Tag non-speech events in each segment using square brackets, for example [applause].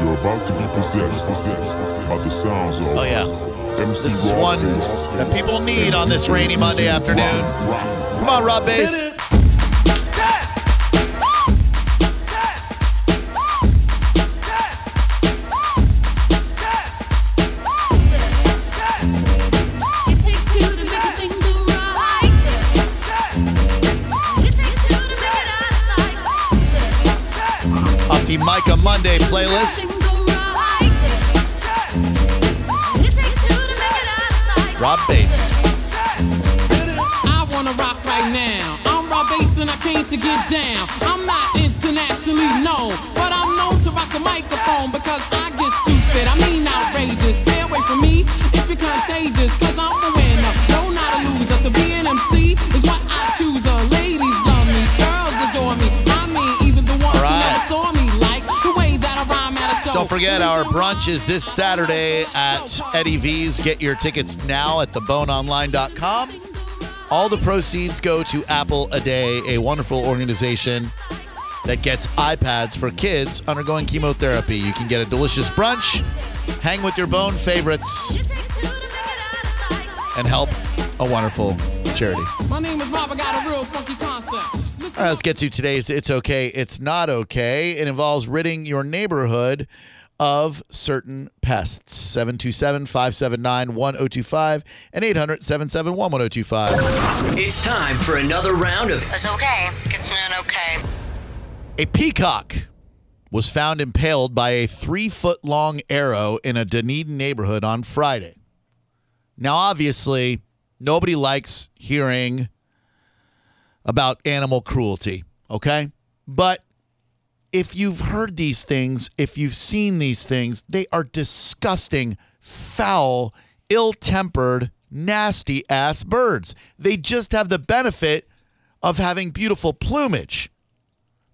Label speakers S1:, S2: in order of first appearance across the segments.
S1: You're about to be possessed, possessed by the sounds of
S2: Oh, yeah.
S1: MC
S2: This is one
S1: Raw
S2: that people need on this rainy Monday afternoon. Come on, Rob Bass.
S3: It takes two to make a thing go right. It takes two to make it out of sight.
S2: Off the Micah Monday playlist.
S3: Thing go right. It takes two to make it out of sight.
S2: Rob Bass.
S4: I wanna rock right now. I'm Rob Bass and I came to get down. I'm not internationally known, but I'm known to rock the microphone because I get stupid. I mean outrageous. Stay away from me if you're contagious, cause I'm a winner. No, not a loser. To be an MC is what I choose. Uh, ladies love me, girls adore me. I mean, even the ones who
S2: Alright.
S4: never saw me like the way that I rhyme at a show.
S2: Don't forget, our brunch is this Saturday at Eddie V's. Get your tickets now at theboneonline.com. All the proceeds go to Apple a Day, a wonderful organization that gets iPads for kids undergoing chemotherapy. You can get a delicious brunch, hang with your bone favorites,
S3: It takes two to make it out of sight.
S2: and help a wonderful charity.
S4: My name is Rob. I got a real funky concept. Listen
S2: All right, let's get to today's It's Okay, It's Not Okay. It involves ridding your neighborhood of certain pests. 727 579 1025 and 800 771 1025.
S5: It's time for another round of
S6: It's okay. It's not okay.
S2: A peacock was found impaled by a three foot long arrow in a Dunedin neighborhood on Friday. Now, obviously, nobody likes hearing about animal cruelty, okay? But if you've heard these things, if you've seen these things, they are disgusting, foul, ill tempered, nasty ass birds. They just have the benefit of having beautiful plumage.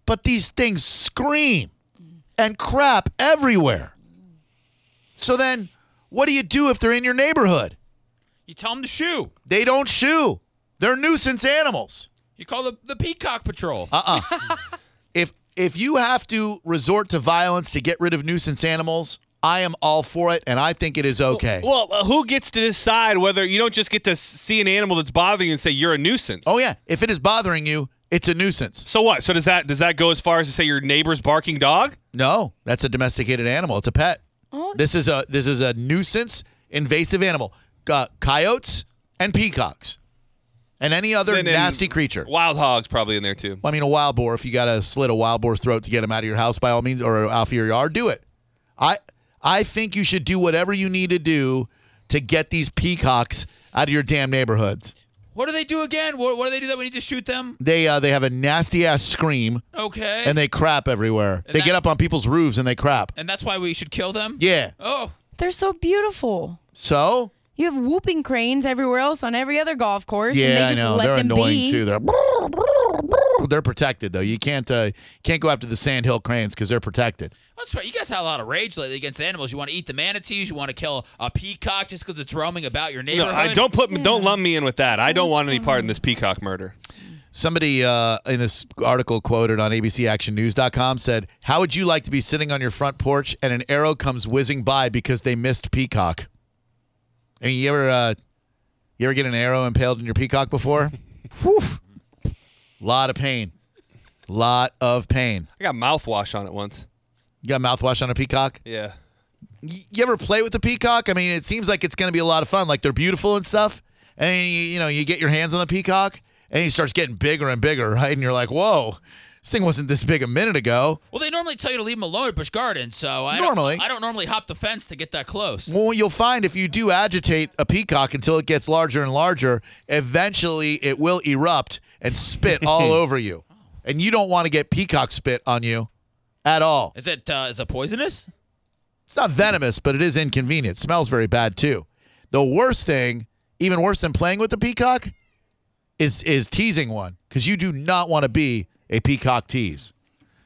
S2: But these things scream and crap everywhere. So then, what do you do if they're in your neighborhood?
S7: You tell them to shoo.
S2: They don't shoo. They're nuisance animals.
S7: You call the, the Peacock Patrol.
S8: Uh,
S2: If if you have to resort to violence to get rid of nuisance animals, I am all for it, and I think it is okay.
S8: Well, uh, who gets to decide whether you don't just get to s- see an animal that's bothering you and say you're a nuisance?
S2: oh yeah, if it is bothering you, it's a nuisance.
S8: So what? So does that does that go as far as to say your neighbor's barking dog?
S2: No, that's a domesticated animal. It's a pet. This is a this is a nuisance invasive animal. Uh, coyotes and peacocks, and any other
S8: And then
S2: nasty creature.
S8: Wild hogs probably in there too.
S2: Well, I mean, a wild boar. If you got to slit a wild boar's throat to get him out of your house, by all means, or out of your yard, do it. I I think you should do whatever you need to do to get these peacocks out of your damn neighborhoods.
S7: what do they do again? What, what do they do that we need to shoot them?
S2: They uh, they have a nasty ass scream
S7: Okay.
S2: and they crap everywhere. they
S7: that-
S2: get up on people's roofs and they crap.
S7: and that's why we should kill them?
S2: Yeah.
S7: Oh,
S9: They're so beautiful.
S2: So
S9: You have whooping cranes everywhere else on every other golf course. and they
S2: yeah, I
S9: just
S2: know
S9: Let
S2: they're
S9: them be.
S2: annoying too. They're they're protected though. You can't uh, can't go after the sandhill cranes because they're protected.
S7: that's right. You guys had a lot of rage lately against animals. You want to eat the manatees. You want to kill a peacock just because it's roaming about your
S8: No,
S7: neighborhood.
S8: I don't put don't lump me in with that. I don't want any part in this peacock murder.
S2: Somebody uh, in this article quoted on abcactionnews.com said, How would you like to be sitting on your front porch and an arrow comes whizzing by because they missed peacock? I mean, you ever, uh, you ever get an arrow impaled in your peacock
S9: [laughs]
S2: before? Whew. Lot of pain. Lot of pain.
S8: I got mouthwash on it once.
S2: You got mouthwash on a peacock?
S8: Yeah.
S2: Y- You ever play with the peacock? I mean, it seems like it's going to be a lot of fun. Like they're beautiful and stuff. And you, you know, you get your hands on the peacock and he starts getting bigger and bigger, right? And you're like, whoa, this thing wasn't this big a minute ago.
S7: Well, they normally tell you to leave them alone at Bush Garden, so I
S2: Normally.
S7: don't, I don't normally hop the fence to get that close.
S2: Well, you'll find if you do agitate a peacock until it gets larger and larger, eventually it will erupt and spit all over you. And you don't want to get peacock spit on you at all.
S7: Is it uh, is it poisonous?
S2: It's not venomous, but it is inconvenient. Smells very bad too. The worst thing, even worse than playing with the peacock, is is teasing one because you do not want to be a peacock tease.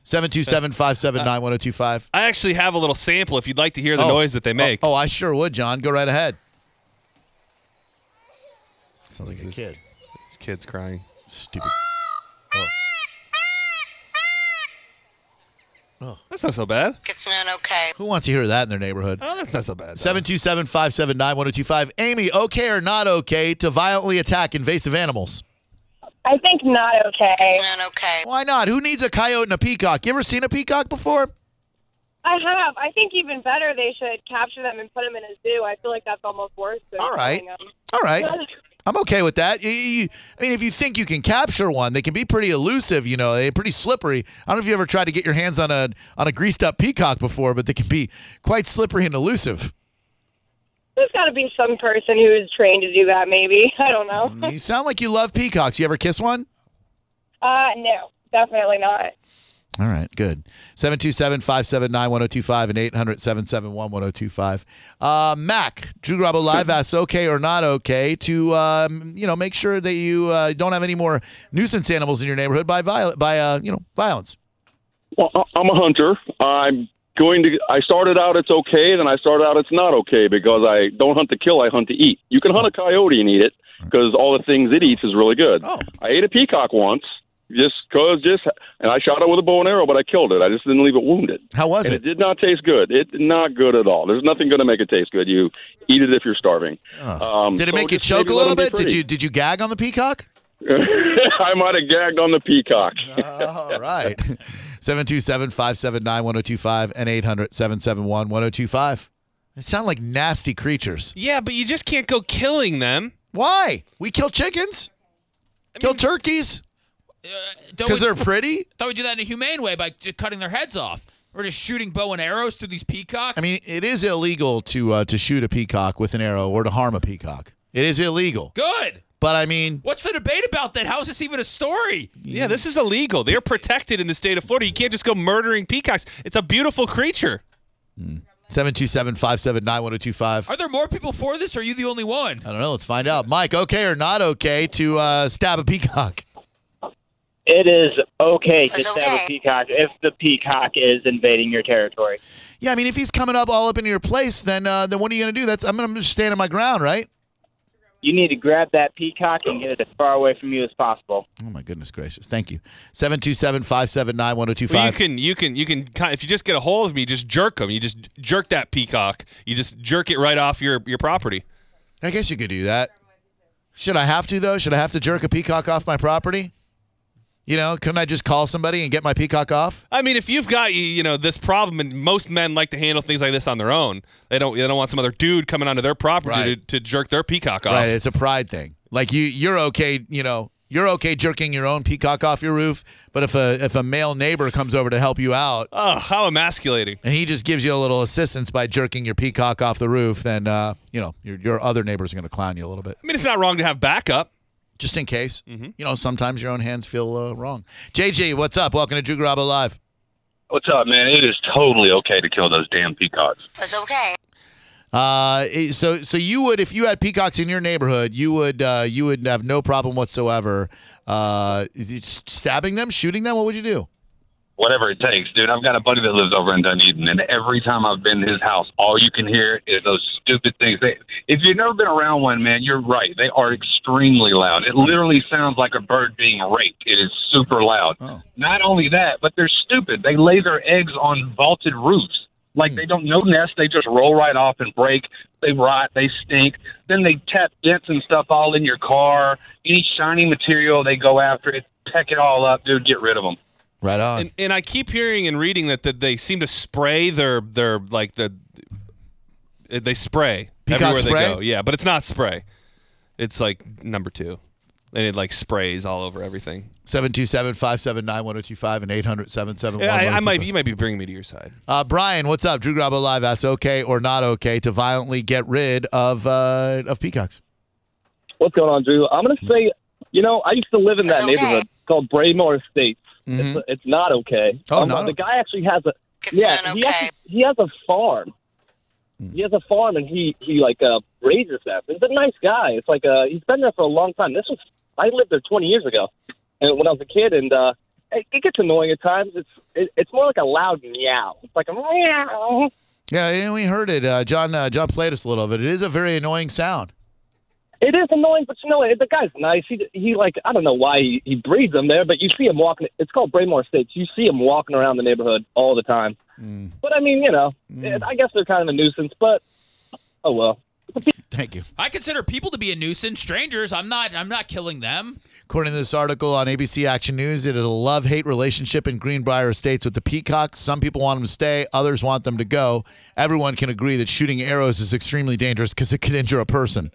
S2: 727-579-1025.
S8: I actually have a little sample if you'd like to hear the
S2: Oh.
S8: noise that they make.
S2: Oh, oh, I sure would, John. Go right ahead. Sounds like a kid.
S8: This kid's crying.
S2: Stupid.
S8: That's not so bad.
S6: It's not okay.
S2: Who wants to hear that in their neighborhood?
S8: Oh, that's not so bad. though.
S2: 727 579 1025. Amy, okay or not okay to violently attack invasive animals?
S3: I think not okay.
S6: It's not okay.
S2: Why not? Who needs a coyote and a peacock? You ever seen a peacock before?
S3: I have. I think even better, they should capture them and put them in a zoo. I feel like that's almost worse. Than
S2: All right.
S3: killing 'em.
S2: All right. I'm okay with that. You- you- I mean, if you think you can capture one, they can be pretty elusive, you know, they're pretty slippery. I don't know if you ever tried to get your hands on a on a greased up peacock before, but they can be quite slippery and elusive.
S3: There's got to be some person who is trained to do that. Maybe [laughs] I don't know.
S2: You sound like you love peacocks. You ever kiss one?
S3: Uh, no, definitely not.
S2: All right, good. 727-579-1025 and 800-771-1025. Uh, Mac, Drew Garabo Live asks, okay or not okay to, um, you know, make sure that you uh, don't have any more nuisance animals in your neighborhood by, viol- by uh, you know, violence.
S7: Well, I- I'm a hunter. I'm going to. I started out it's okay, then I started out it's not okay because I don't hunt to kill. I hunt to eat. You can hunt a coyote and eat it because all the things it eats is really good.
S2: Oh.
S7: I ate a peacock once just cause just and I shot it with a bow and arrow, but I killed it. I just didn't leave it wounded.
S2: How was
S7: and
S2: it?
S7: it did not taste good. It not good at all. There's nothing going to make it taste good. You eat it if you're starving. Um,
S2: Did it
S7: so
S2: make you
S7: just
S2: choke
S7: maybe
S2: a
S7: let
S2: little
S7: 'em be
S2: bit? Did
S7: pretty.
S2: you did you gag on the [laughs] peacock?
S7: [laughs] I might have gagged on the peacock.
S2: All right. 727-579-1025 and 800-771-1025. They sound like nasty creatures.
S8: Yeah, but you just can't go killing them.
S2: Why? We kill chickens? Kill turkeys?
S10: Don't we,
S2: Because they're pretty?
S10: thought we do that in a humane way by just cutting their heads off. We're just shooting bow and arrows through these peacocks.
S2: I mean, it is illegal to uh, to shoot a peacock with an arrow or to harm a peacock. It is illegal.
S10: good.
S2: But I mean,
S10: What's the debate about that? How is this even a story?
S8: Yeah, this is illegal. They're protected in the state of Florida. You can't just go murdering peacocks. It's a beautiful creature.
S2: 727-579-1025.
S10: Are there more people for this? Or are you the only one?
S2: I don't know. Let's find out. Mike, okay or not okay to uh, stab a peacock? [laughs]
S7: It is okay
S6: It's okay.
S7: peacock if the peacock is invading your territory.
S2: Yeah, I mean, if he's coming up all up into your place, then uh, then what are you going to do? That's I'm going to stand on my ground, right?
S7: You need to grab that peacock and get it as far away from you as possible.
S2: Oh, my goodness gracious. Thank you. 727-579-1025.
S8: Well, you can, you can, you can. ki- If you just get a hold of me, just jerk them. You just jerk that peacock. You just jerk it right off your your property.
S2: I guess you could do that. Should I have to though? Should I have to jerk a peacock off my property? You know, couldn't I just call somebody and get my peacock off?
S8: I mean, if you've got you- you know this problem, and most men like to handle things like this on their own. They don't. They don't want some other dude coming onto their property
S2: Right.
S8: to, to jerk their peacock off.
S2: Right, it's a pride thing. Like you, you're okay. You know, you're okay jerking your own peacock off your roof. But if a if a male neighbor comes over to help you out
S8: Oh, how emasculating!
S2: and he just gives you a little assistance by jerking your peacock off the roof, then uh, you know your your other neighbors are going to clown you a little bit.
S8: I mean, it's not wrong to have backup.
S2: just in case.
S8: Mm-hmm.
S2: You know, sometimes your own hands feel uh, wrong. JJ, what's up? Welcome to Drew Garabo Live.
S7: What's up, man? It is totally okay to kill those damn peacocks.
S6: It's okay.
S2: Uh, it- so so you would if you had peacocks in your neighborhood, you would uh, you would have no problem whatsoever. Uh, s- stabbing them, shooting them. What would you do?
S7: Whatever it takes, dude. I've got a buddy that lives over in Dunedin, and every time I've been to his house, all you can hear is those stupid things. They, if you've never been around one, man, you're right. They are extremely loud. It literally sounds like a bird being raped. It is super loud.
S2: Oh.
S7: Not only that, but they're stupid. They lay their eggs on vaulted roofs. Like they don't no nest, they just roll right off and break. They rot, they stink. Then they tap dents and stuff all in your car. Any shiny material, they go after it, peck it all up, dude. Get rid of them.
S2: Right on.
S8: And, and I keep hearing and reading that, that they seem to spray their their like the they spray
S2: Peacock
S8: everywhere
S2: spray?
S8: they go. Yeah, but it's not spray. It's like number two, and it like sprays all over everything.
S2: Seven two seven five seven nine one zero two five and eight hundred seven seven one.
S8: Yeah, I, I might you might be bringing me to your side.
S2: Uh, Brian, what's up? Drew Garabo Live asks, okay or not okay to violently get rid of uh, of peacocks?
S7: What's going on, Drew? I'm gonna say, you know, I used to live in
S6: It's
S7: that
S6: okay.
S7: neighborhood called Braymore Estates. It's, it's Mm-hmm. not okay.
S2: Oh,
S7: Um,
S2: not
S7: the
S2: okay.
S7: guy actually has a
S6: It's
S7: yeah.
S6: not
S7: He,
S6: okay.
S7: actually, he has a farm. He has a farm and he he like uh, raises them. He's a nice guy. It's like uh, he's been there for a long time. This was I lived there 20 years ago, and when I was a kid, and uh, it, it gets annoying at times. It's it, it's more like a loud meow. It's like a meow.
S2: Yeah, and we heard it. Uh, John uh, John played us a little of it. It is a very annoying sound.
S11: It is annoying, but you know what? The guy's nice. He he like I don't know why he, he breeds them there, but you see him walking. It's called Braemar States. You see him walking around the neighborhood all the time. But I mean, you know, it- I guess they're kind of a nuisance. But oh well.
S2: Thank you.
S7: I consider people to be a nuisance. Strangers, I'm not. I'm not killing them.
S2: According to this article on ABC Action News, it is a love hate relationship in Greenbrier Estates with the peacocks. Some people want them to stay, others want them to go. Everyone can agree that shooting arrows is extremely dangerous because it could injure a person.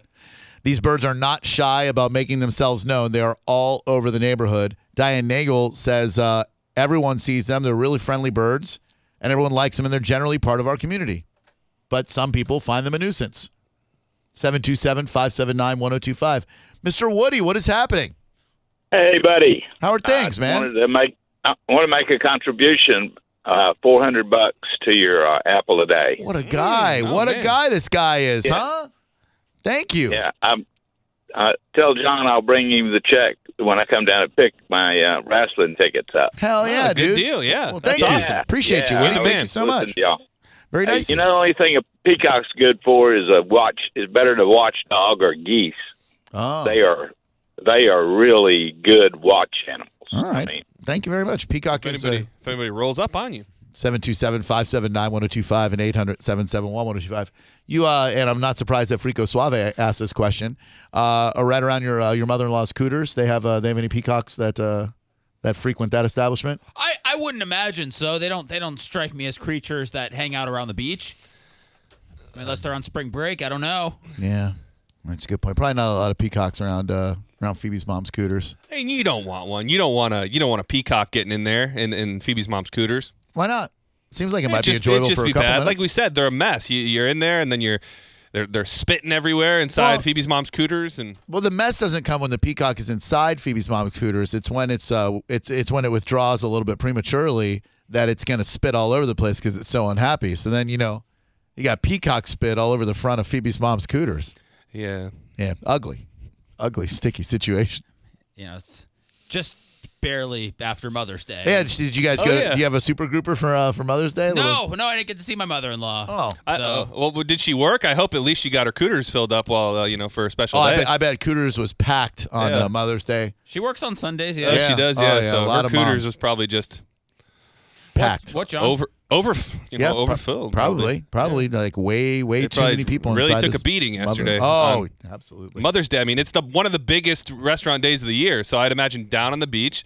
S2: These birds are not shy about making themselves known. They are all over the neighborhood. Diane Nagel says uh, everyone sees them. They're really friendly birds, and everyone likes them, and they're generally part of our community. But some people find them a nuisance. 727 579 1025. Mr. Woody, what is happening?
S12: Hey, buddy.
S2: How
S8: Uh,
S2: are things, man?
S12: Wanted to make I want to make a contribution. Uh, Four hundred bucks to your uh, apple a day.
S2: What a
S8: Mm,
S2: guy. what a guy this guy is, huh? Thank you.
S12: Yeah, I'm. I tell John I'll bring him the check when I come down and pick my uh, wrestling tickets up.
S2: Hell Oh, yeah,
S12: good
S2: dude.
S12: deal,
S8: yeah. Oh,
S2: Well, thank you. Appreciate you, Woody.
S12: I
S2: Thank
S12: was
S2: you so
S12: listening
S2: much.
S12: to y'all.
S2: Very
S12: Hey,
S2: nice.
S12: you know, the only thing a peacock's good for is a watch. Is better to watch dog or geese.
S2: Oh.
S12: They are, they are really good watch animals.
S2: All right. Thank you very much. Peacock is uh,
S8: If anybody rolls up on you.
S2: 727-579-1025 and 800-771-1025. You uh, and I'm not surprised that Frico Suave asked this question. Uh, are right around your uh, your mother-in-law's cooters, they have uh, they have any peacocks that uh, that frequent that establishment?
S7: I, I wouldn't imagine so. They don't. They don't strike me as creatures that hang out around the beach, unless they're on spring break. I don't know.
S2: Yeah. That's a good point. Probably not a lot of peacocks around uh, around Phoebe's mom's cooters.
S8: And you don't want one. You don't want a you don't want a peacock getting in there and, and Phoebe's mom's cooters.
S2: Why not? Seems like it
S8: It'd
S2: might be
S8: just-
S2: enjoyable
S8: it'd just
S2: for a
S8: be
S2: couple
S8: bad.
S2: minutes.
S8: Like we said, they're a mess. You, you're in there and then you're they're they're spitting everywhere inside
S2: Well-
S8: Phoebe's mom's cooters and
S2: Well, the mess doesn't come when the peacock is inside Phoebe's mom's cooters. It's when it's uh, it's it's when it withdraws a little bit prematurely that it's gonna spit all over the place because it's so unhappy. So then you know, you got peacock spit all over the front of Phoebe's mom's cooters.
S8: yeah.
S2: Yeah, ugly, ugly, sticky situation.
S7: You know, it's just barely after Mother's Day.
S2: Yeah, did you guys
S8: Oh,
S2: go? To, do you have a super grouper for uh, for Mother's Day?
S7: no, no, I didn't get to see my mother-in-law.
S2: Oh,
S8: I, uh, well, did she work? I hope at least she got her cooters filled up while uh, you know for a special
S2: Oh, I
S8: day.
S2: bet, I bet cooters was packed on
S8: Yeah.
S2: uh, Mother's Day.
S7: she works on Sundays.
S8: Oh,
S7: Yeah,
S8: she does.
S2: Oh,
S8: Yeah,
S2: yeah, a
S8: so
S2: lot
S8: her
S2: of
S8: cooters
S2: moms.
S8: was probably just
S2: Packed.
S7: What, John?
S8: over over you know
S2: pro-
S8: overfilled.
S2: Probably, probably, like way, way
S8: It
S2: too
S8: probably
S2: many people.
S8: really
S2: inside
S8: took
S2: this
S8: a beating
S2: mother-
S8: yesterday.
S2: Oh,
S8: on
S2: absolutely.
S8: Mother's Day. I mean, it's the one of the biggest restaurant days of the year. So I'd imagine down on the beach.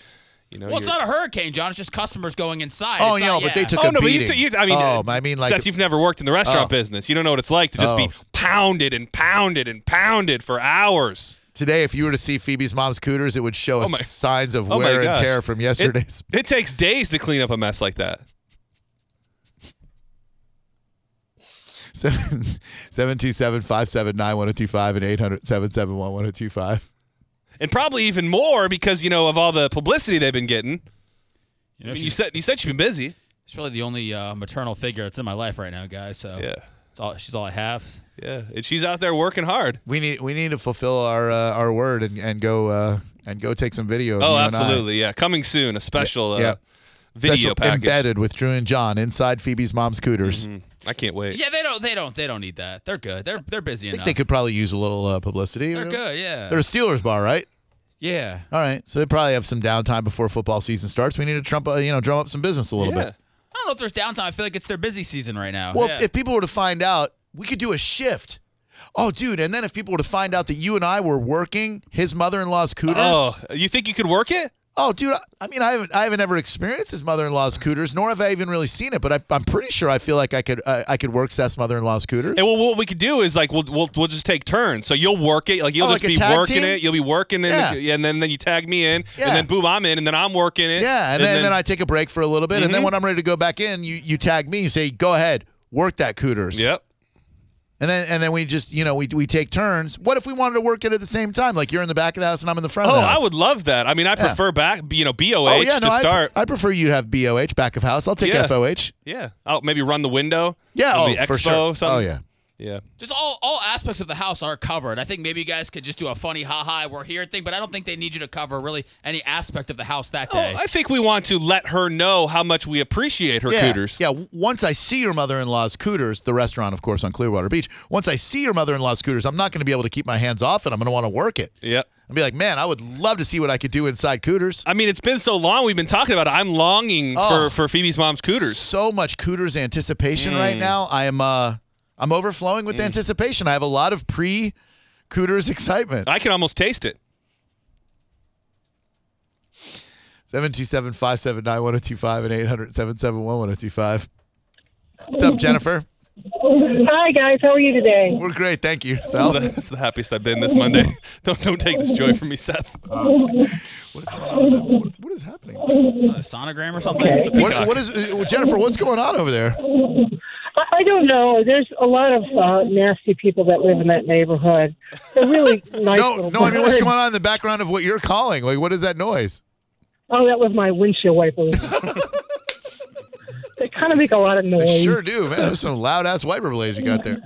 S8: You know,
S7: Well, it's
S8: you're-
S7: not a hurricane, John. It's just customers going inside.
S2: Oh,
S7: It's
S2: yeah,
S7: not-
S2: but they took
S8: oh
S2: a
S8: no,
S2: beating.
S8: but you, t- you I mean,
S2: oh,
S8: uh,
S2: I mean, like,
S8: Seth, you've never worked in the restaurant
S2: Oh.
S8: business. You don't know what it's like to just be
S2: Oh.
S8: pounded and pounded and pounded for hours.
S2: today, if you were to see Phoebe's mom's cooters, it would show us
S8: my-
S2: signs of
S8: Oh my
S2: wear and
S8: gosh.
S2: tear from
S8: It-
S2: yesterday's. [laughs]
S8: It, takes days to clean up a mess like that.
S2: Seven seven two seven five seven nine one zero two five and eight hundred seven seven one one zero two five.
S8: And probably even more because you know of all the publicity they've been getting.
S7: You, know,
S8: I mean,
S7: she's-
S8: you said you said you've been busy.
S7: It's really the only uh, maternal figure that's in my life right now, guys. So
S8: Yeah.
S7: it's all she's all I have.
S8: Yeah, and she's out there working hard.
S2: We need we need to fulfill our uh, our word and and go uh, and go take some video. of
S8: Oh,
S2: you and I.
S8: absolutely. Yeah, coming soon. A special
S2: Yeah.
S8: Uh, video
S2: Special
S8: package. Mm-hmm.
S2: embedded with Drew and John inside Phoebe's mom's cooters.
S8: I can't wait.
S7: Yeah, they don't, they don't, they don't need that. They're good. They're they're busy
S2: I think
S7: enough.
S2: they could probably use a little uh, publicity.
S7: They're good. Yeah.
S2: They're a Steelers bar, right?
S7: yeah.
S2: All right, so they probably have some downtime before football season starts. We need to trump, uh, you know, drum up some business a little
S7: Yeah.
S2: bit.
S7: I don't know if there's downtime. I feel like it's their busy season right now.
S2: Well,
S7: Yeah.
S2: if people were to find out, we could do a shift. Oh, dude! And then if people were to find out that you and I were working his mother-in-law's cooters,
S8: Oh, you think you could work it?
S2: Oh, dude! I, I mean, I haven't, I haven't ever experienced his mother-in-law's cooters, nor have I even really seen it. But I, I'm pretty sure I feel like I could, uh, I could work Seth's mother-in-law's cooters.
S8: And well, what we could do is like we'll we'll, we'll just take turns. So you'll work it, like you'll
S2: Oh,
S8: just
S2: like a
S8: be
S2: tag
S8: working
S2: team?
S8: it. You'll be working it,
S2: Yeah.
S8: and then then you tag me in,
S2: Yeah.
S8: and then boom, I'm in, and then I'm working it.
S2: Yeah, and, then, then I take a break for a little bit, and then
S8: Mhm.
S2: when I'm ready to go back in, you you tag me, you say, "Go ahead, work that cooters."
S8: [laughs] Yep.
S2: And then and then we just you know we we take turns. What if we wanted to work it at the same time? Like you're in the back of the house and I'm in the front.
S8: Oh,
S2: of the house.
S8: I would love that. I mean, I
S2: Yeah.
S8: prefer back, you know, BOH
S2: Oh yeah, no,
S8: to
S2: I,
S8: start.
S2: I prefer you to have boh back of house. I'll take
S8: Yeah.
S2: foh.
S8: yeah. Oh, maybe run the window.
S2: Yeah,
S8: It'll be
S2: oh,
S8: expo
S2: for sure.
S8: something.
S2: Oh, yeah.
S8: Yeah.
S7: Just all, all aspects of the house are covered. I think maybe you guys could just do a funny ha ha we're here thing, but I don't think they need you to cover really any aspect of the house that day.
S8: Oh, I think we want to let her know how much we appreciate her
S2: yeah,
S8: cooters.
S2: Yeah, w- once I see your mother-in-law's cooters, the restaurant, of course, on Clearwater Beach. Once I see your mother-in-law's cooters, I'm not going to be able to keep my hands off it. I'm going to want to work it.
S8: Yep.
S2: I'll be like, man, I would love to see what I could do inside cooters.
S8: I mean, it's been so long we've been talking about it. I'm longing
S2: Oh.
S8: for, for Phoebe's mom's cooters.
S2: So much cooters anticipation right
S8: Mm.
S2: now. I am, uh, I'm overflowing
S8: Hmm.
S2: with anticipation. I have a lot of pre-cooters [laughs] excitement.
S8: I can almost taste it.
S2: Seven two seven five seven nine one zero two five and eight hundred seven seven one one zero two five. What's
S13: [laughs]
S2: up, Jennifer?
S13: Hi guys, how are you today?
S2: We're great, thank you. Sal, [laughs]
S8: It's the, it's the happiest I've been this Monday. [laughs] don't don't take this joy from me, Seth.
S2: what is happening?
S7: A sonogram or something?
S13: Okay.
S2: What, what is uh, Jennifer? What's going on over there?
S13: I, I don't know. There's a lot of uh, nasty people that live in that neighborhood. They're really nice.
S2: No,
S13: little
S2: no. I mean, what's
S13: birds.
S2: going on in the background of what you're calling? Like, what is that noise?
S13: Oh, that was my windshield
S8: [laughs]
S13: wiper. they kind of make a lot of
S2: They
S13: noise.
S2: sure do, man. That was some loud ass wiper blades you got
S13: [laughs]
S2: there.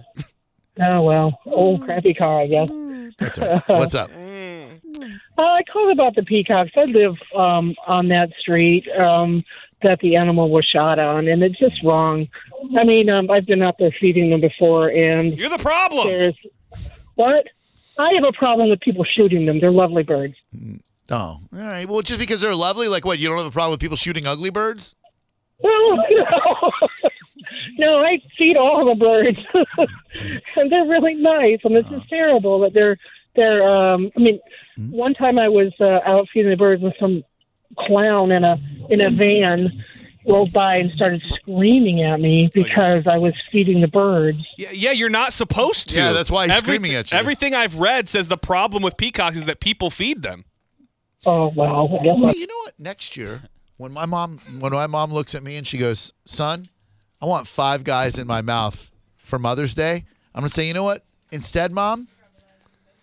S13: Oh well, old crappy car, I guess.
S2: That's all right. What's up?
S13: Uh, I called about the peacocks. I live um, on that street um, that the animal was shot on, and it's just wrong. I mean, um, I've been out there feeding them before, and
S8: you're the problem.
S13: There's, what? I have a problem with people shooting them. They're lovely birds.
S2: Oh, all right. Well, just because they're lovely, like what? You don't have a problem with people shooting ugly birds?
S13: No, [laughs] no, no. I feed all the birds, [laughs] and they're really nice. And it's just terrible that they're they're. Um, I mean,
S8: Hmm?
S13: one time I was uh, out feeding the birds, and some clown in a in a van rolled by and started screaming at
S7: Oh,
S13: me because I was feeding the birds.
S8: Yeah, yeah, you're not supposed to.
S2: Yeah, that's why he's screaming at you.
S8: Everything I've read says the problem with peacocks is that people feed them.
S13: Oh wow! I guess I-
S2: Well, you know what? Next year, when my mom when my mom looks at me and she goes, "Son, I want five guys in my mouth for Mother's Day," I'm gonna say, "You know what? Instead, mom,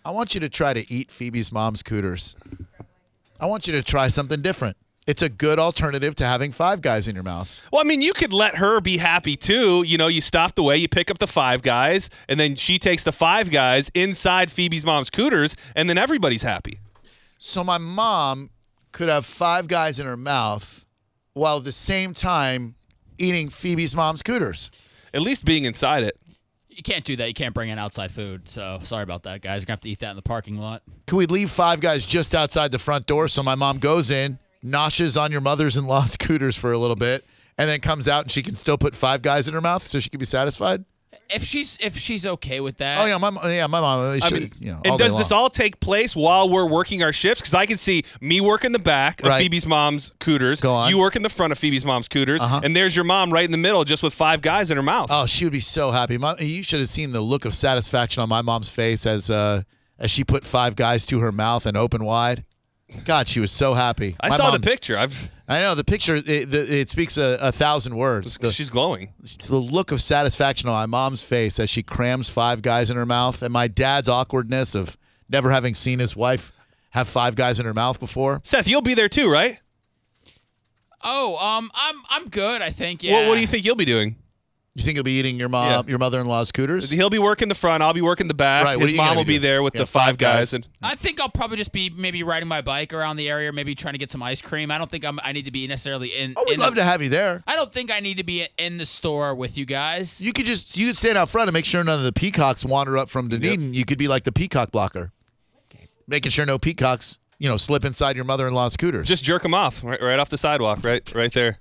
S2: I want you to try to eat Phoebe's mom's cooters. I want you to try something different. It's a good alternative to having five guys in your mouth."
S8: Well, I mean, you could let her be happy too. You know, you stop the way, you pick up the five guys, and then she takes the five guys inside Phoebe's mom's cooters, and then everybody's happy.
S2: So my mom could have five guys in her mouth while at the same time eating Phoebe's mom's cooters.
S8: At least being inside it.
S7: You can't do that. You can't bring in outside food. So sorry about that, guys. You're going to have to eat that in the parking lot.
S2: Can we leave five guys just outside the front door so my mom goes in, noshes on your mother's in law's [laughs] cooters for a little bit, and then comes out and she can still put five guys in her mouth so she can be satisfied?
S7: If she's if she's okay with that.
S2: Oh yeah, my yeah my mom. She,
S8: Uh, I mean,
S2: you know, all
S8: and
S2: day
S8: does this
S2: long.
S8: all take place while we're working our shifts? Because I can see me working the back of
S2: Right.
S8: Phoebe's mom's cooters,
S2: Go on.
S8: you work in the front of Phoebe's mom's cooters,
S2: Uh-huh.
S8: and there's your mom right in the middle, just with five guys in her mouth.
S2: Oh, she would be so happy. My, you should have seen the look of satisfaction on my mom's face as uh, as she put five guys to her mouth and open wide. God, she was so happy.
S8: I
S2: My
S8: saw
S2: mom-
S8: the picture. I've
S2: I know the picture. It, the, it speaks a, a thousand words. The-
S8: she's glowing.
S2: the look of satisfaction on my mom's face as she crams five guys in her mouth and my dad's awkwardness of never having seen his wife have five guys in her mouth before.
S8: Seth, you'll be there too, right?
S7: Oh, um, I'm I'm good. I think. Yeah.
S8: Well, what do you think you'll be doing?
S2: You think he'll be eating your mom,
S8: Yeah.
S2: your mother-in-law's cooters?
S8: He'll be working the front. I'll be working the back.
S2: Right, what are
S8: His
S2: you gonna
S8: mom will
S2: be
S8: be
S2: doing?
S8: there with
S2: Yeah,
S8: the five,
S2: five guys.
S8: guys. and
S7: I think I'll probably just be maybe riding my bike around the area, maybe trying to get some ice cream. I don't think I'm. I need to be necessarily in.
S8: Oh,
S2: I would
S7: in
S2: Oh, love
S7: the,
S2: to have you there.
S7: I don't think I need to be in the store with you guys.
S2: You could just you could stand out front and make sure none of the peacocks wander up from Dunedin. You could be like the peacock blocker, making sure no peacocks you know slip inside your mother-in-law's cooters.
S8: just jerk them off right, right off the sidewalk, right, right there.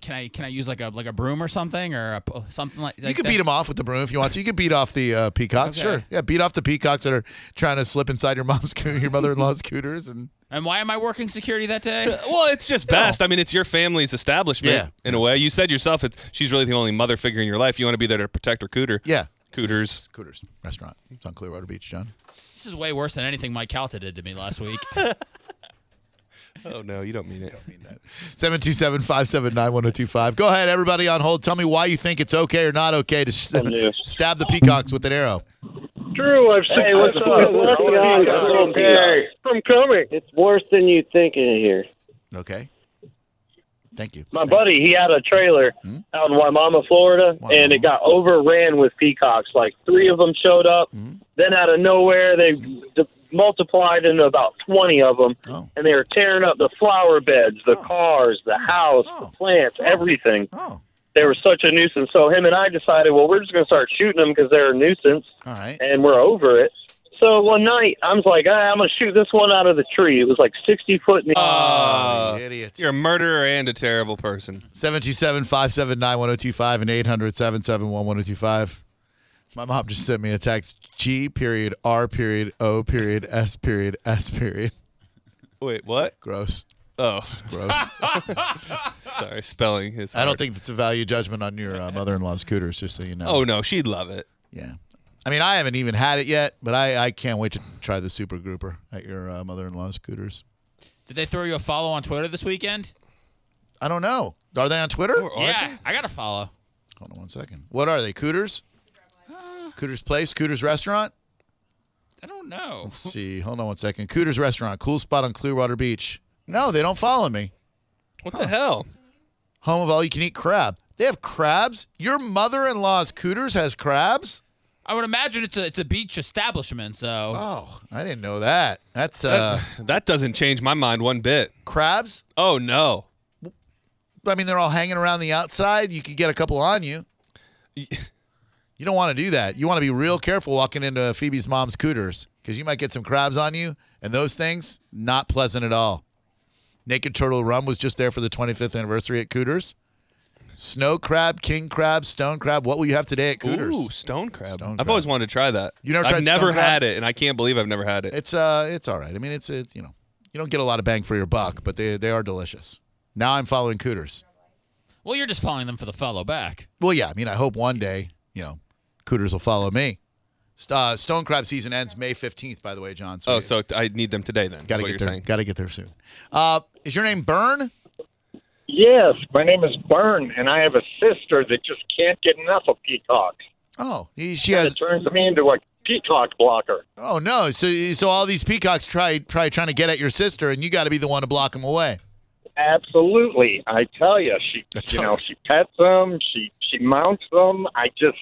S7: Can I can I use like a like a broom or something or a, p- something like?
S2: you
S7: like
S2: could
S7: that?
S2: beat them off with the broom if you want to. You could beat off the uh, peacocks,
S7: Okay.
S2: sure. Yeah, beat off the peacocks that are trying to slip inside your mom's [laughs] coo- your mother-in-law's cooters and.
S7: And why am I working security
S2: [laughs]
S7: that day?
S8: Well, it's just best. I mean, it's your family's establishment
S2: Yeah.
S8: in a way. You said yourself, it's she's really the only mother figure in your life. You want to be there to protect her cooter.
S2: Yeah.
S8: Cooters.
S2: Cooters restaurant. It's on Clearwater Beach, John.
S7: this is way worse than anything Mike Calta did to me last week.
S8: Oh no, you don't mean it.
S2: 727 579 1025. Go ahead, everybody on hold. Tell me why you think it's okay or not okay to s [laughs] stab the peacocks with an arrow.
S14: Drew, I've seen
S15: Hey, what's up?
S14: What's
S15: going on?
S14: from coming.
S15: It's worse than you think in here.
S2: Okay. Thank you.
S14: My buddy, he had a trailer out in Waimama, Florida, [laughs] and it got overran with peacocks. Like three of them showed up.
S2: Mm-hmm.
S14: Then out of nowhere, they d- multiplied into about twenty of them,
S2: Oh.
S14: and they were tearing up the flower beds, the cars, the house,
S2: Oh.
S14: the plants, everything. They were such a nuisance. So him and I decided, well, we're just going to start shooting them because they're a nuisance,
S2: All right.
S14: and we're over it. So one night, I was like, ah, I'm going to shoot this one out of the tree. It was like sixty foot. In the-
S8: Uh,
S2: idiots.
S8: You're a murderer and a terrible person.
S2: 727 579 1025 and 800 771 1025. My mom just sent me a text G period R period O period S period S period.
S8: Wait, what?
S2: Gross.
S8: Oh, [laughs]
S2: gross.
S8: Sorry, spelling is.
S2: I don't
S8: hard.
S2: think that's a value judgment on your uh, mother in law's cooters, just so you know.
S8: Oh no, she'd love it.
S2: Yeah. I mean, I haven't even had it yet, but I, I can't wait to try the super grouper at your uh, mother in law's cooters.
S7: Did they throw you a follow on Twitter this weekend?
S2: I don't know. Are they on Twitter?
S7: yeah, I got to follow.
S2: Hold on one second. What are they? Cooters?
S8: Ah.
S2: Cooters Place? Cooters Restaurant?
S7: I don't know.
S2: Let's see. Hold on one second. Cooter's Restaurant, cool spot on Clearwater Beach. No, they don't follow me.
S8: What the hell?
S2: Home of all you can eat crab. They have crabs. Your mother-in-law's Cooters has crabs.
S7: I would imagine it's a it's a beach establishment, so.
S2: Oh, I didn't know that. That's uh,
S8: That, that doesn't change my mind one bit.
S2: crabs.
S8: Oh no.
S2: I mean, they're all hanging around the outside. You could get a couple on you. You don't want to do that. You want to be real careful walking into Phoebe's mom's Cooters because you might get some crabs on you, and those things not pleasant at all. Naked Turtle Rum was just there for the 25th anniversary at Cooters. Snow crab, king crab, stone crab. What will you have today at Cooters?
S8: Ooh, stone crab.
S2: Stone
S8: I've
S2: crab.
S8: always wanted to try that.
S2: You never
S8: I've
S2: tried
S8: never
S2: stone crab?
S8: had it, and I can't believe I've never had it.
S2: It's uh, it's all right. I mean, it's a, you know, you don't get a lot of bang for your buck, but they they are delicious. Now I'm following Cooters.
S7: Well, you're just following them for the follow back.
S2: Well, yeah. I mean, I hope one day, you know, Cooters will follow me. St- Uh, stone crab season ends May 15th, by the way, John.
S8: oh,
S2: we-
S8: so t- I need them today then.
S2: Gotta
S8: is what
S2: get
S8: you're
S2: there.
S8: saying.
S2: Gotta get there soon. Uh, is your name Burn?
S14: Yes, my name is Byrne, and I have a sister that just can't get enough of peacocks.
S2: Oh, he- she has.
S14: It turns me into a peacock blocker.
S2: Oh no! So so all these peacocks try try trying to get at your sister, and you got to be the one to block them away.
S14: Absolutely, I tell you, she you know she pets them, she she mounts them. I just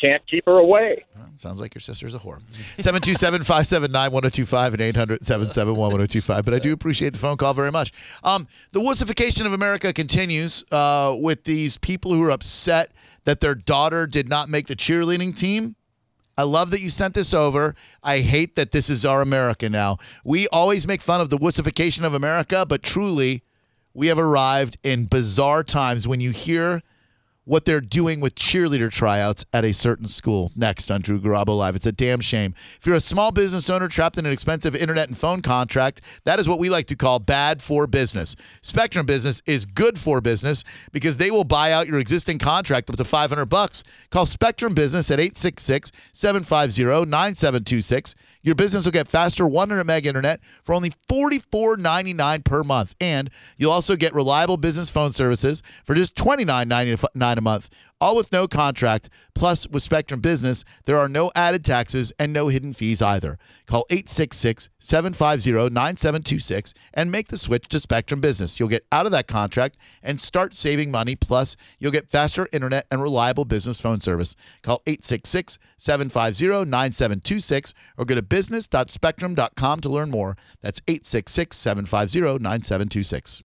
S14: can't keep her away.
S2: [laughs] Sounds like your sister's a whore. 727-579-1025 and 800-771-1025. But I do appreciate the phone call very much. Um, the wussification of America continues uh, with these people who are upset that their daughter did not make the cheerleading team. I love that you sent this over. I hate that this is our America now. We always make fun of the wussification of America, but truly, we have arrived in bizarre times when you hear what they're doing with cheerleader tryouts at a certain school. Next on Drew Garabo Live. It's a damn shame. If you're a small business owner trapped in an expensive internet and phone contract, that is what we like to call bad for business. Spectrum Business is good for business because they will buy out your existing contract up to 500 bucks. Call Spectrum Business at 866-750-9726. Your business will get faster 100 meg internet for only $44.99 per month. And you'll also get reliable business phone services for just $29.99 a month, all with no contract. Plus, with Spectrum Business, there are no added taxes and no hidden fees either. Call 866 750 9726 and make the switch to Spectrum Business. You'll get out of that contract and start saving money. Plus, you'll get faster internet and reliable business phone service. Call 866 750 9726 or go to business.spectrum.com to learn more. That's 866 750 9726.